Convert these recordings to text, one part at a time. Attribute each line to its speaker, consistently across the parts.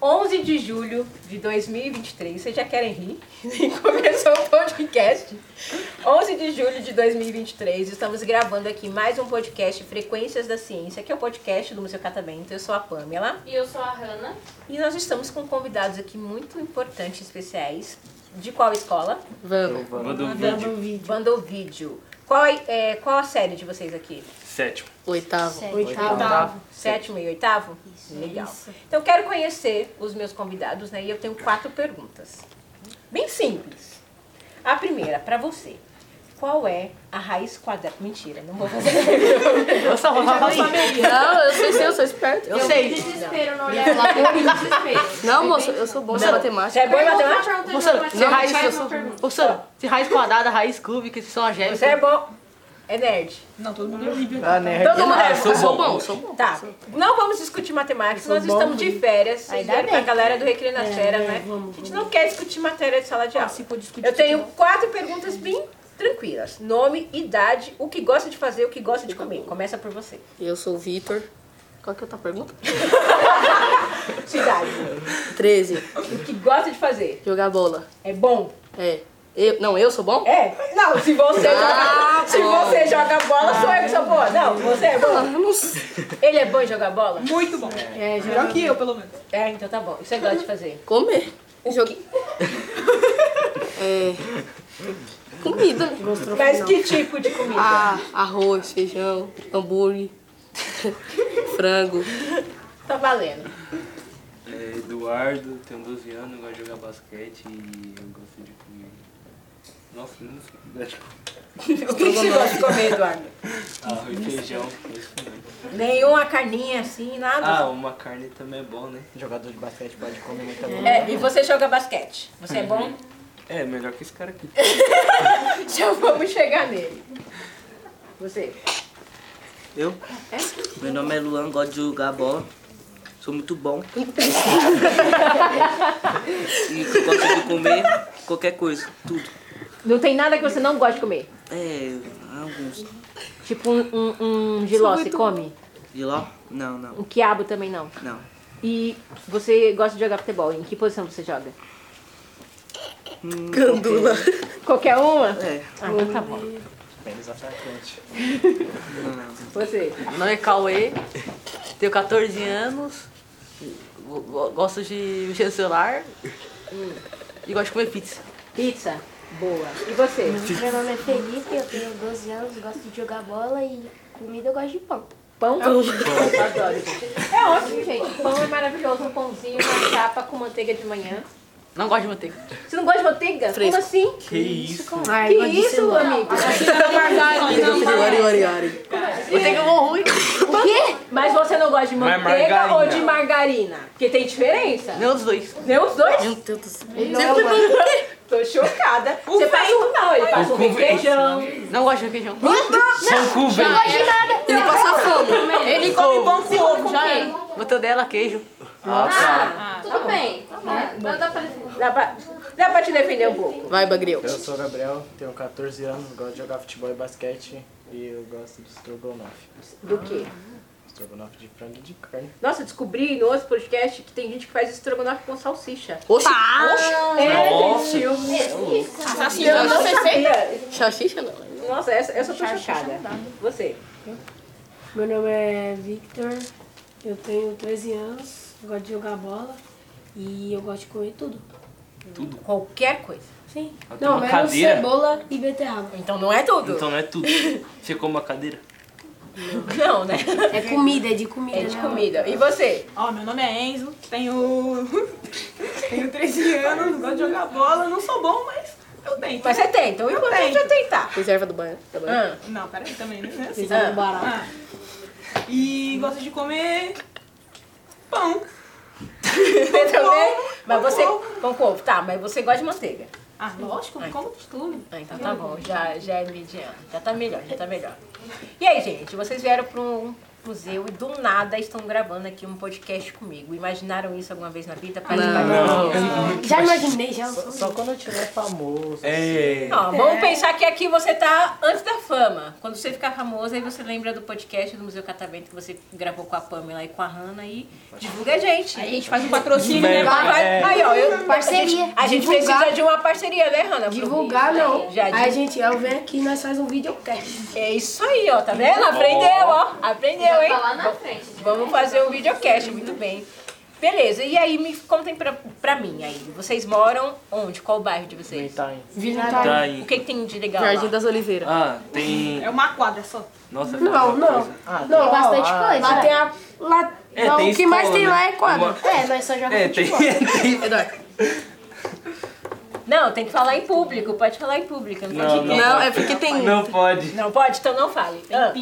Speaker 1: 11 de julho de 2023. Vocês já querem rir? Nem começou o podcast. 11 de julho de 2023, estamos gravando aqui mais um podcast Frequências da Ciência, que é o podcast do Museu Catavento. Eu sou a Pamela
Speaker 2: E eu sou a Hanna.
Speaker 1: e nós estamos com convidados aqui muito importantes, especiais. De qual escola?
Speaker 3: Vamos.
Speaker 4: Manda um vídeo.
Speaker 1: Mandou vídeo. Qual, é, é, qual a série de vocês aqui?
Speaker 4: Sétimo.
Speaker 3: Oitavo.
Speaker 2: Oitavo.
Speaker 1: Sétimo e oitavo?
Speaker 3: é
Speaker 1: Legal. Então, eu quero conhecer os meus convidados, né? E eu tenho quatro perguntas. Bem simples. A primeira, pra você. Qual é a raiz quadrada? Mentira, não vou fazer.
Speaker 3: Não, eu sei, sei, eu sou esperto. Eu sei.
Speaker 2: Desespero no olhar lá, eu me desespero.
Speaker 3: Não, moça, eu sou bom em
Speaker 1: Você é
Speaker 3: matemática.
Speaker 1: boa em matemática?
Speaker 2: um matemática?
Speaker 5: Você é raiz,
Speaker 2: faz
Speaker 5: eu
Speaker 2: uma
Speaker 5: sou-
Speaker 2: pergunta.
Speaker 5: Ô, Sam, se raiz quadrada, raiz cúbica, se são algébricas.
Speaker 1: Você é bom. É nerd.
Speaker 5: Ah, né?
Speaker 3: Todo mundo é
Speaker 4: Ah, eu sou
Speaker 3: bom. Sou
Speaker 4: bom.
Speaker 3: bom, sou bom.
Speaker 1: Tá. Não vamos discutir matemática, nós estamos de férias. Vocês vieram pra galera
Speaker 3: é.
Speaker 1: do Recreio nas Férias, né? a gente não quer discutir matéria de
Speaker 3: Ah,
Speaker 1: sala de aula. Eu tenho quatro perguntas bem tranquilas. Nome, idade, o que gosta de fazer, o que gosta de comer. Começa por você.
Speaker 3: Eu sou o Vitor. Qual que é a outra pergunta?
Speaker 1: Cidade.
Speaker 3: 13.
Speaker 1: O que gosta de fazer.
Speaker 3: Jogar bola.
Speaker 1: É bom.
Speaker 3: É. Eu, não, eu sou bom?
Speaker 1: É, não, se você
Speaker 3: Ah,
Speaker 1: joga, se
Speaker 3: bom.
Speaker 1: você joga bola, sou eu que sou boa. Não, você é
Speaker 3: Ah,
Speaker 1: bom.
Speaker 3: eu não sei.
Speaker 1: Ele é bom em jogar bola?
Speaker 6: Muito bom.
Speaker 3: É, jogar-
Speaker 6: Melhor que eu, pelo menos.
Speaker 1: É, então tá bom. E você gosta de fazer?
Speaker 3: Comer. Joguei. É. Comida. né?
Speaker 1: Mas que tipo de comida?
Speaker 3: Ah, arroz, feijão, hambúrguer, frango.
Speaker 1: Tá valendo.
Speaker 4: É Eduardo, tenho 12 anos, gosto de jogar basquete e eu gosto de comer. Nossa, não sei. Acho que
Speaker 1: O que que você gosta de comer,
Speaker 3: assim.
Speaker 1: Eduardo?
Speaker 4: Arroz e Ah, feijão. é isso mesmo.
Speaker 1: Nenhuma carninha assim, nada.
Speaker 4: Ah, uma carne também é bom, né?
Speaker 5: Jogador de basquete pode comer muita coisa.
Speaker 1: É, e você joga basquete. Você é bom?
Speaker 4: É, melhor que esse cara aqui.
Speaker 1: Já vamos chegar nele. Você.
Speaker 7: Eu? Meu nome é Luan, gosto de jogar bola. Sou muito bom. e gosto de comer qualquer coisa, tudo.
Speaker 1: Não tem nada que você não gosta de comer.
Speaker 7: É, alguns.
Speaker 1: Tipo um, um,
Speaker 3: é
Speaker 1: um giló, você come?
Speaker 7: De lá? Não, não,
Speaker 1: Um quiabo também não.
Speaker 7: não.
Speaker 1: E você gosta de jogar futebol? Em que posição você joga?
Speaker 3: Gandula.
Speaker 1: Qualquer uma?
Speaker 7: Hum, É,
Speaker 1: Ah, então tá bom. Você.
Speaker 5: Meu nome é Cauê, tenho 14 anos, go- go- gosto de mexer no celular e gosto de comer pizza.
Speaker 1: Pizza. Boa. E você?
Speaker 8: Meu nome é Felipe, eu tenho 12 anos, gosto de jogar bola e comida eu gosto de pão.
Speaker 1: Pão? Adoro. É ótimo, gente. Pão é maravilhoso. Um pãozinho, uma chapa com manteiga de manhã.
Speaker 5: Não gosto de manteiga.
Speaker 1: Você não gosta de manteiga?
Speaker 3: Fresco.
Speaker 1: Como assim?
Speaker 4: Que isso?
Speaker 1: que isso, amigo?
Speaker 3: Ori, ori, ori.
Speaker 5: Manteiga é bom ruim.
Speaker 1: Mas você não gosta de
Speaker 4: Mas é
Speaker 1: manteiga ou de
Speaker 4: margarina.
Speaker 1: margarina? Porque tem diferença.
Speaker 5: Nenhum dos dois.
Speaker 1: Nem os dois?
Speaker 3: Meu Deus do céu.
Speaker 1: Tô chocada. Você passa um não, ele passa um requeijão.
Speaker 5: Não gosto de requeijão.
Speaker 4: São Cuba!
Speaker 3: Ele passa fome.
Speaker 6: Ele come pão com ovo, já é.
Speaker 5: Mortadela, queijo.
Speaker 1: Tá
Speaker 2: Tudo bem. Né? Dá dá pra defender.
Speaker 1: Dá pra, dá pra te defender um pouco.
Speaker 3: Vai, Bagriel.
Speaker 9: Eu sou o Gabriel, tenho 14 anos, gosto de jogar futebol e basquete e eu gosto de estrogonofe.
Speaker 1: Do quê?
Speaker 9: Estrogonofe de frango e de carne.
Speaker 1: Nossa, descobri no outro podcast que tem gente que faz estrogonofe com salsicha.
Speaker 3: Oxi.
Speaker 4: Nossa!
Speaker 1: É, Eu não é sabia.
Speaker 3: Xaxixa não.
Speaker 1: Nossa, essa, essa eu tô chocada. Você.
Speaker 10: Meu nome é Victor, eu tenho 13 anos, gosto de jogar bola e eu gosto de comer tudo.
Speaker 1: Qualquer coisa.
Speaker 10: Sim.
Speaker 4: Ela tem
Speaker 10: Não,
Speaker 4: uma
Speaker 10: menos
Speaker 4: cadeira.
Speaker 10: cebola e beterraba.
Speaker 1: Então não é tudo.
Speaker 4: Então não é tudo. Você come uma cadeira?
Speaker 1: Não, né?
Speaker 10: É comida, é de comida,
Speaker 1: É de comida. E você?
Speaker 6: Ó, meu nome é Enzo, tenho. tenho 13 anos, gosto de jogar bola, não sou bom, mas eu tento.
Speaker 1: Mas você tenta. O importante é tentar.
Speaker 3: Reserva do banho. Tá bom.
Speaker 1: Ah,
Speaker 6: Não, peraí também, né? Não é assim.
Speaker 1: Ah.
Speaker 10: barato.
Speaker 6: Ah. E gosto de comer pão.
Speaker 1: você também? Mas você. Pão com ovo. Tá, mas você gosta de manteiga.
Speaker 6: Ah, lógico, como tudo.
Speaker 1: Ah, então tá bom, já, já é mediano. Já tá melhor, já tá melhor. E aí, gente, vocês vieram pra um museu e do nada estão gravando aqui um podcast comigo. Imaginaram isso alguma vez na vida?
Speaker 9: Não.
Speaker 10: Já imaginei, já.
Speaker 9: Só, só quando eu tiver famoso.
Speaker 4: É.
Speaker 1: Ó, vamos pensar que aqui você tá antes da fama. Quando você ficar famoso, aí você lembra do podcast do Museu Catavento que você gravou com a Pamela e com a Hanna e divulga a gente.
Speaker 6: Aí a gente faz um patrocínio, né?
Speaker 1: Vai, vai. Aí, ó, eu,
Speaker 8: Parceria.
Speaker 1: A gente, a gente
Speaker 10: Divulgar.
Speaker 1: precisa de uma parceria, né, Hanna? pro
Speaker 10: Divulgar
Speaker 1: vídeo.
Speaker 10: não.
Speaker 1: Já
Speaker 10: Aí,
Speaker 1: divulga.
Speaker 10: gente, eu venho aqui e nós faz um videocast.
Speaker 1: É isso aí, ó, tá vendo? Aprendeu, ó. Aprendeu,
Speaker 2: Vai
Speaker 1: hein?
Speaker 2: pra tá lá na frente. gente.
Speaker 1: Vamos fazer um videocast, muito bem. Beleza, e aí me contem pra, pra mim aí. Vocês moram onde? Qual o bairro de vocês?
Speaker 9: Tá, hein?
Speaker 7: Tá
Speaker 1: O
Speaker 7: aí.
Speaker 1: que, que tem de legal?
Speaker 3: Jardim
Speaker 1: lá?
Speaker 3: das Oliveiras.
Speaker 7: Ah, tem.
Speaker 6: É uma quadra só.
Speaker 7: Nossa,
Speaker 10: Não,
Speaker 7: tem muita
Speaker 10: não.
Speaker 7: coisa.
Speaker 8: Tem bastante coisa.
Speaker 10: Lá tem a. Lá,
Speaker 7: É,
Speaker 10: lá,
Speaker 7: tem
Speaker 10: o que mais
Speaker 7: escola,
Speaker 10: tem lá é
Speaker 7: né?
Speaker 10: quadro.
Speaker 7: Uma-
Speaker 8: É, nós só jogamos
Speaker 7: É, tem. tem-
Speaker 1: Não, tem que falar em público. Pode falar em público. Não, pode
Speaker 7: Não, não.
Speaker 3: Não, é porque tem.
Speaker 7: Não pode.
Speaker 1: não pode? Então não fale. Ah,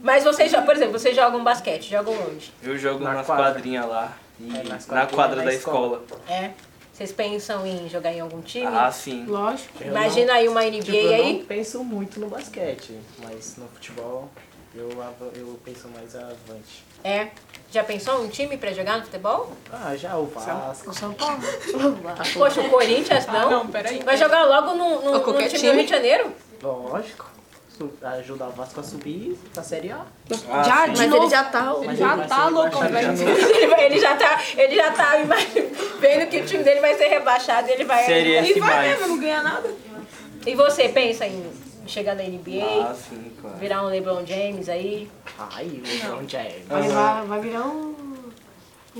Speaker 1: mas vocês, jo- por exemplo, vocês jogam basquete. Jogam onde?
Speaker 7: Eu jogo
Speaker 9: Na
Speaker 7: nas
Speaker 9: quadra.
Speaker 7: quadrinhas lá. E
Speaker 9: É, nas
Speaker 7: na
Speaker 9: quadrinhas
Speaker 7: quadra
Speaker 9: na
Speaker 7: da
Speaker 9: escola.
Speaker 7: escola.
Speaker 1: É? Vocês pensam em jogar em algum time?
Speaker 7: Ah, sim.
Speaker 10: Lógico.
Speaker 9: Eu
Speaker 1: Imagina aí uma NBA
Speaker 9: não, tipo, eu
Speaker 1: aí.
Speaker 9: não penso muito no basquete, mas no futebol eu, av- eu penso mais avante.
Speaker 1: É. Já pensou em um time pra jogar no futebol?
Speaker 9: Ah, já o
Speaker 6: é um-
Speaker 9: Vasco.
Speaker 1: Poxa, o Corinthians não.
Speaker 6: Ah, não, peraí.
Speaker 1: Vai jogar logo no, no,
Speaker 3: Ou
Speaker 1: no
Speaker 3: qualquer
Speaker 1: time, do
Speaker 3: time.
Speaker 1: Rio de Janeiro?
Speaker 6: um-
Speaker 9: Lógico. Su- Ajudar o Vasco a subir pra Série A.
Speaker 7: Ah,
Speaker 10: Já,
Speaker 7: sim.
Speaker 10: de
Speaker 3: Mas
Speaker 10: novo.
Speaker 3: ele já tá. ó.
Speaker 9: Mas
Speaker 6: Já
Speaker 9: ele vai
Speaker 6: tá
Speaker 9: ser
Speaker 6: loucão,
Speaker 9: rebaixado
Speaker 6: velho.
Speaker 9: de novo.
Speaker 1: Ele, vai- ele já tá, ele já tá imagina- vendo que o time dele vai ser rebaixado, ele vai.
Speaker 7: Série
Speaker 6: E
Speaker 7: S+.
Speaker 6: vai mesmo, não ganha nada.
Speaker 1: E você pensa em chegar na NBA,
Speaker 7: Ah, sim, claro.
Speaker 1: virar um LeBron James aí?
Speaker 9: Ai, o é, LeBron James.
Speaker 10: Vai, vai, vai virar um. um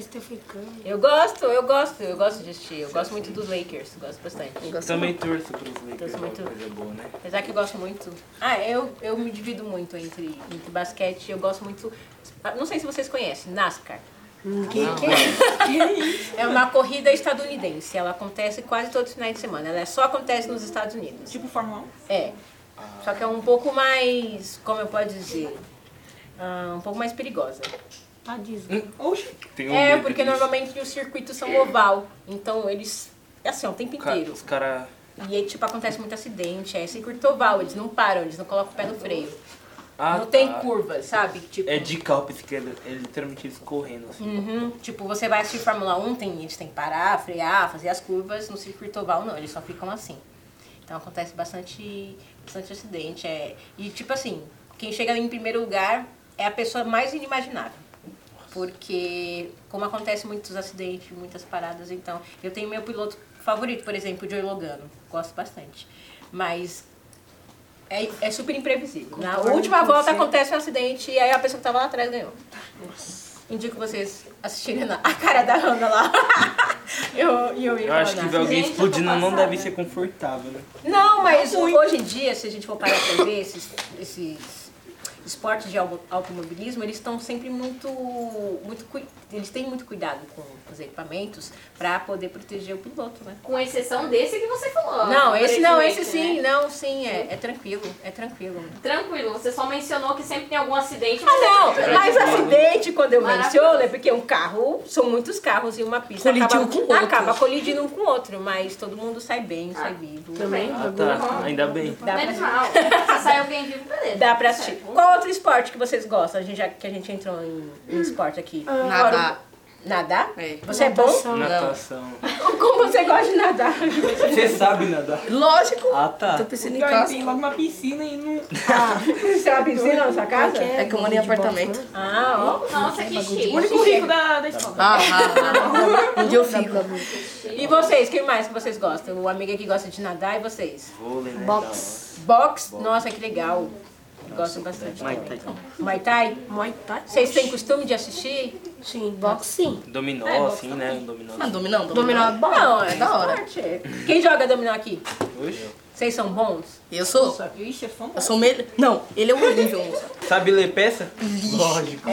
Speaker 10: Stephen Curry.
Speaker 1: Eu gosto, eu gosto, eu gosto de assistir. Eu gosto muito dos Lakers, gosto bastante.
Speaker 7: Também torço pros Lakers,
Speaker 1: Torço
Speaker 7: é uma
Speaker 1: muito.
Speaker 7: coisa boa, né?
Speaker 1: Apesar que eu gosto muito. Ah, eu, eu me divido muito entre, entre basquete. Eu gosto muito. ah, Não sei se vocês conhecem, NASCAR. Hum, Ah, É uma corrida estadunidense. Ela acontece quase todos os finais de semana. Ela só acontece nos Estados Unidos.
Speaker 6: Tipo Fórmula 1.
Speaker 1: É. Só que é um pouco mais. Como eu posso dizer? Ah, um pouco mais perigosa.
Speaker 10: Tá dizendo.
Speaker 6: Oxi.
Speaker 7: Tem um
Speaker 1: É,
Speaker 7: medo
Speaker 1: porque
Speaker 7: disso.
Speaker 1: normalmente os circuitos são oval. Então eles. É assim, o tempo
Speaker 7: Os ca-
Speaker 1: inteiro.
Speaker 7: Os caras.
Speaker 1: E aí, tipo, acontece muito acidente. É circuito oval, eles não param, eles não colocam o pé no freio.
Speaker 7: Ah,
Speaker 1: não tem
Speaker 7: tá.
Speaker 1: curva, sabe? Tipo,
Speaker 7: É de calpa esquerda, é literalmente eles correndo assim.
Speaker 1: uhum, tipo, você vai assistir Fórmula 1, tem, eles têm que parar, frear, fazer as curvas. No circuito oval, não, eles só ficam assim. Então acontece bastante, bastante acidente. É, e, tipo assim, quem chega em primeiro lugar é a pessoa mais inimaginável. Porque, como acontece muitos acidentes, muitas paradas, então. Eu tenho meu piloto favorito, por exemplo, o Joey Logano. Gosto bastante. Mas é, é super imprevisível. Na última volta acontece um acidente e aí a pessoa que tava lá atrás ganhou. Indico vocês assistirem na- a cara da Hannah lá. eu, eu, ia
Speaker 7: Eu
Speaker 1: falar
Speaker 7: acho que
Speaker 1: nada.
Speaker 7: ver alguém
Speaker 2: Gente, eu tô
Speaker 7: explodindo não
Speaker 2: passada.
Speaker 7: deve ser confortável, né?
Speaker 1: Não, mas hoje em dia, se a gente for parar pra ver, esses, esses esportes de auto- automobilismo, eles estão sempre muito, muito... cui- Eles têm muito cuidado com os equipamentos para poder proteger o piloto, né?
Speaker 2: Com exceção desse que você falou.
Speaker 1: Não, esse não,
Speaker 2: aparentemente,
Speaker 1: esse sim,
Speaker 2: né?
Speaker 1: não, sim, é, é tranquilo, é tranquilo.
Speaker 2: Tranquilo, você só mencionou que sempre tem algum acidente. é
Speaker 1: Ah, não,
Speaker 2: tá
Speaker 1: mas acidente, quando eu
Speaker 2: Maravilhoso.
Speaker 1: menciono, é porque um carro, são muitos carros e uma pista
Speaker 3: Colidiu
Speaker 1: acaba,
Speaker 3: com o outro.
Speaker 1: acaba colidindo um com o outro, mas todo mundo sai bem, sai vivo.
Speaker 10: Também.
Speaker 7: Ah, tá. Ainda bem.
Speaker 1: Dá pra
Speaker 2: Menos mal. Se sai alguém vivo, beleza.
Speaker 1: Dá pra assistir. Qual outro esporte que vocês gostam? A gente, já que a gente entrou em, em esporte aqui. Fora o-
Speaker 3: Nadar.
Speaker 1: Nadar?
Speaker 3: É.
Speaker 1: Você é bom?
Speaker 7: Natação.
Speaker 1: Como você gosta de nadar?
Speaker 7: Você sabe nadar?
Speaker 3: Lógico.
Speaker 7: Ah, tá.
Speaker 3: Tô pensando em
Speaker 6: Pior, ele
Speaker 3: casa.
Speaker 6: tem logo uma piscina e não.
Speaker 1: Você é uma piscina na sua casa?
Speaker 3: É que eu moro em apartamento.
Speaker 1: Ah, ó.
Speaker 2: Nossa, que
Speaker 6: O
Speaker 2: chique.
Speaker 6: único rico da, da escola.
Speaker 3: Ah, ah, ah. Onde eu fico?
Speaker 1: E vocês, quem mais que vocês gostam? O amigo aqui gosta de nadar e vocês?
Speaker 7: Vôlei, né?
Speaker 3: Box.
Speaker 1: Box? Nossa, que legal. Gosto bastante.
Speaker 7: Muay Thai.
Speaker 1: Muay Thai?
Speaker 10: Muay Thai.
Speaker 1: Vocês têm costume de assistir?
Speaker 10: Sim, boxe sim.
Speaker 7: Dominó, assim, né? Um dominó.
Speaker 3: Ah, dominão, dominão.
Speaker 10: Dominado bom.
Speaker 1: Não, é
Speaker 3: da hora.
Speaker 1: esporte. Quem joga dominó aqui?
Speaker 7: Oxe.
Speaker 1: Vocês são bons?
Speaker 3: Eu sou.
Speaker 6: Ixi, é fã.
Speaker 3: Eu sou melhor. Não, ele é horrível, moça.
Speaker 7: Sabe ler peça? Lógico.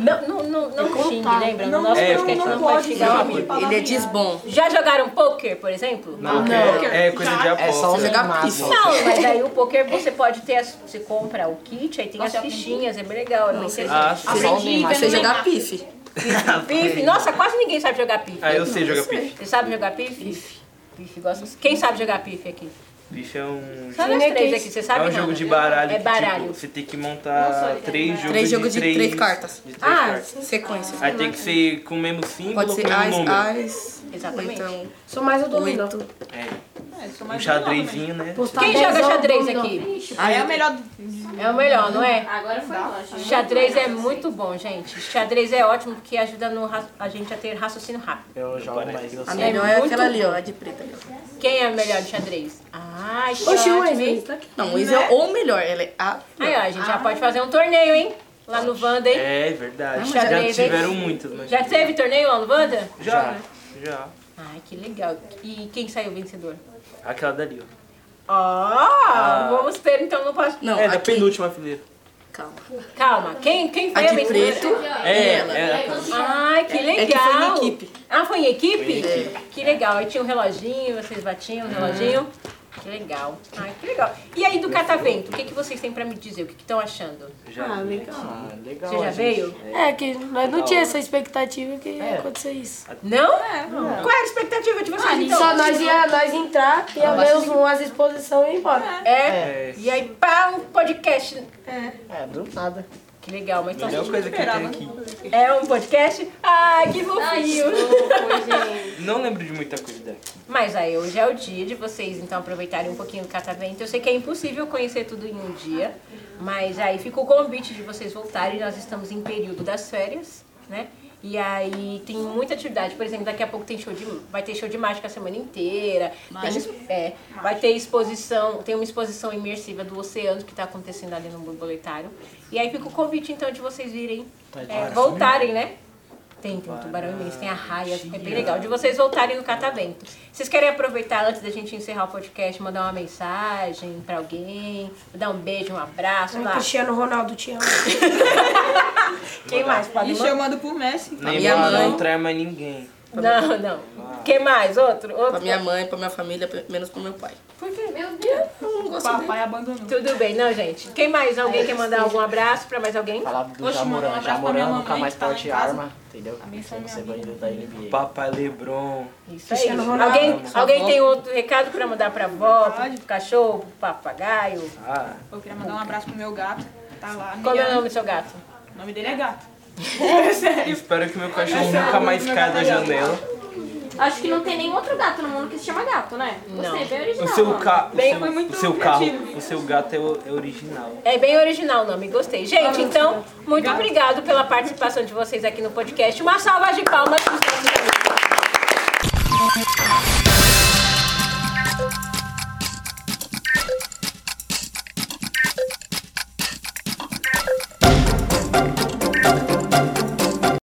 Speaker 1: Não, não, não, não xingue, lembra? No
Speaker 6: Não,
Speaker 1: nosso
Speaker 7: é,
Speaker 1: podcast
Speaker 6: não,
Speaker 1: não
Speaker 6: não
Speaker 1: pode
Speaker 6: pode.
Speaker 1: xingar o
Speaker 6: não.
Speaker 1: amigo.
Speaker 3: Ele é desbom.
Speaker 1: Já jogaram poker, por exemplo?
Speaker 7: Não, é, é coisa de aposta.
Speaker 9: É só o
Speaker 3: jogar
Speaker 9: Neymar.
Speaker 3: pizza.
Speaker 9: só.
Speaker 1: Não, mas aí o poker você pode ter, as, você compra o kit, aí tem as fichinhas, é bem legal, é bem
Speaker 7: Ah,
Speaker 1: interessante.
Speaker 7: sim.
Speaker 9: Só o
Speaker 6: Aprendi
Speaker 9: Neymar.
Speaker 6: vendo
Speaker 3: Você
Speaker 6: Neymar.
Speaker 3: jogar pife.
Speaker 1: Pife, nossa, quase ninguém
Speaker 4: É.
Speaker 1: sabe jogar pife.
Speaker 7: Ah, eu sei jogar pife.
Speaker 1: Você sabe jogar pife? Pife. Pife, gosta. Quem sabe jogar pife aqui?
Speaker 4: Bicho é um.
Speaker 1: Sabe as três aqui, você sabe,
Speaker 4: É um
Speaker 1: Nana?
Speaker 4: jogo de baralho.
Speaker 1: É
Speaker 4: que,
Speaker 1: baralho.
Speaker 4: tipo, você tem que montar três jogos
Speaker 3: Três jogos de
Speaker 4: de três,
Speaker 3: três cartas.
Speaker 4: de três
Speaker 3: Ah,
Speaker 4: cartas.
Speaker 3: sequência.
Speaker 4: Aí tem que ser com o mesmo símbolo,
Speaker 3: Pode
Speaker 4: com o
Speaker 3: ser
Speaker 7: um
Speaker 4: mesmo
Speaker 3: as,
Speaker 4: número.
Speaker 3: as.
Speaker 1: Exatamente.
Speaker 3: ou Então,
Speaker 10: Sou mais o dominó.
Speaker 3: oito.
Speaker 6: né?
Speaker 4: É. Um xadrezinho, né?
Speaker 1: Quem joga xadrez aqui?
Speaker 6: Aí é o melhor.
Speaker 1: É o melhor, não é?
Speaker 2: Agora foi longe.
Speaker 1: Xadrez é muito bom, gente. Xadrez é ótimo porque ajuda no ra- a gente a ter raciocínio rápido.
Speaker 4: É
Speaker 9: Eu jogo mais. Eu
Speaker 3: A
Speaker 9: sou
Speaker 3: melhor é
Speaker 1: muito
Speaker 3: aquela ali, ó, a de preta. ali, ó.
Speaker 1: Quem é o melhor de xadrez? Ah,
Speaker 10: Oxi,
Speaker 1: Wesley.
Speaker 10: o Wesley. Tá aqui.
Speaker 3: Não, isso é ou melhor, ela é a.
Speaker 1: Aí, ó, a gente já pode fazer um torneio, hein? Lá no Wanda, hein?
Speaker 4: É verdade.
Speaker 1: Ah,
Speaker 4: Já
Speaker 1: mas-
Speaker 4: tiveram muitas, mas.
Speaker 1: Já teve torneio lá no Wanda?
Speaker 4: Já, né? Já.
Speaker 1: Ai, que legal. E quem saiu vencedor?
Speaker 4: Aquela dali, ó.
Speaker 1: Ah, vamos ter então no próximo.
Speaker 3: Não,
Speaker 4: É, da
Speaker 3: aqui.
Speaker 4: penúltima fileira.
Speaker 3: Calma.
Speaker 1: Calma, quem, quem
Speaker 3: A
Speaker 1: foi a,
Speaker 3: de
Speaker 1: vencedora?
Speaker 3: preto
Speaker 4: É, é.
Speaker 1: Ai, que legal.
Speaker 3: é que foi em equipe.
Speaker 1: Ah, foi em equipe?
Speaker 4: Foi em
Speaker 1: Que legal. Aí tinha um reloginho, vocês batiam o reloginho. Que legal. Ai, que legal. E aí do catavento, o que, que vocês têm pra me dizer? O que que estão achando?
Speaker 4: Já.
Speaker 10: Ah, legal.
Speaker 9: Ah, legal.
Speaker 1: Você já
Speaker 9: gente.
Speaker 1: veio?
Speaker 10: É, que nós
Speaker 4: Tá
Speaker 10: não tinha essa expectativa
Speaker 4: É.
Speaker 10: que ia acontecer isso.
Speaker 1: É, Não? Qual era a expectativa de vocês, então?
Speaker 10: Só nós ia nós entrar,
Speaker 4: Tá
Speaker 10: ia ver os- umas exposições e ir embora.
Speaker 1: É.
Speaker 4: É.
Speaker 1: E aí, pá, um podcast.
Speaker 9: É, do nada.
Speaker 1: Que legal, mas então,
Speaker 4: Melhor coisa que tem aqui.
Speaker 1: é um podcast? Ai, que fofinho.
Speaker 4: Não lembro de muita coisa daqui.
Speaker 1: Mas aí, hoje é o dia de vocês, então, aproveitarem um pouquinho do catavento. Eu sei que é impossível conhecer tudo em um dia, mas aí fica o convite de vocês voltarem. Nós estamos em período das férias, né? E aí tem muita atividade. Por exemplo, daqui a pouco tem show de, vai ter show de mágica a semana inteira. Tem, es- é, vai ter exposição, tem uma exposição imersiva do oceano que está acontecendo ali no borboletário. E aí fica o convite, então, de vocês virem, é, voltarem, né? Tem, tem um tubarão imenso, tem a raia, é bem legal. De vocês voltarem no catavento. Vocês querem aproveitar antes da gente encerrar o podcast, mandar uma mensagem pra alguém, dar um beijo, um abraço,
Speaker 10: Tá.
Speaker 1: lá.
Speaker 10: É. Cristiano Ronaldo um. te ama.
Speaker 1: Quem mais pode
Speaker 3: um
Speaker 6: E
Speaker 1: mandar?
Speaker 6: chamando pro Messi.
Speaker 3: minha
Speaker 4: Neymar
Speaker 3: mãe.
Speaker 4: não trai mais ninguém.
Speaker 1: Não, não. Quem mais? Outro?
Speaker 3: Ah. pra
Speaker 1: Outro?
Speaker 3: minha mãe, pra minha família, pra- menos pro meu pai.
Speaker 1: Por quê?
Speaker 2: Meu Deus.
Speaker 3: Eu não gosto dele.
Speaker 6: Papai abandonou.
Speaker 1: Tudo bem, não, gente. Quem mais?
Speaker 3: É,
Speaker 1: Alguém quer mandar algum abraço pra mais alguém?
Speaker 9: Falava do
Speaker 6: Oxe, mano, um
Speaker 9: Jamoran.
Speaker 6: abraço pra minha
Speaker 9: Jamoran nunca
Speaker 6: mamãe
Speaker 9: mais
Speaker 6: que tá lá em
Speaker 9: porte
Speaker 6: casa.
Speaker 9: arma, entendeu?
Speaker 6: Abençoe
Speaker 9: Você
Speaker 6: minha
Speaker 9: vai da NBA.
Speaker 4: Papai Lebron.
Speaker 1: Isso aí. Alguém, alguém tem outro recado pra mandar pra avó, pro cachorro, pro papagaio?
Speaker 4: Ah,
Speaker 6: Eu queria mandar um abraço pro meu gato. Tá lá.
Speaker 1: Qual é o
Speaker 6: miando.
Speaker 1: nome do seu gato?
Speaker 6: O nome dele é gato. É sério.
Speaker 4: espero que meu cachorro nunca mais caia da janela.
Speaker 2: Acho que não tem nenhum outro gato no mundo que se chama gato, né? Você é bem original.
Speaker 4: O seu,
Speaker 2: mano.
Speaker 4: ca o
Speaker 6: Bem,
Speaker 4: seu,
Speaker 6: foi muito
Speaker 4: o seu carro,
Speaker 6: criativo.
Speaker 4: o seu gato é, o- é original.
Speaker 1: É bem original o nome, gostei. Gente, então, muito obrigado pela participação de vocês aqui no podcast. Uma salva de palmas para os nossos amigos.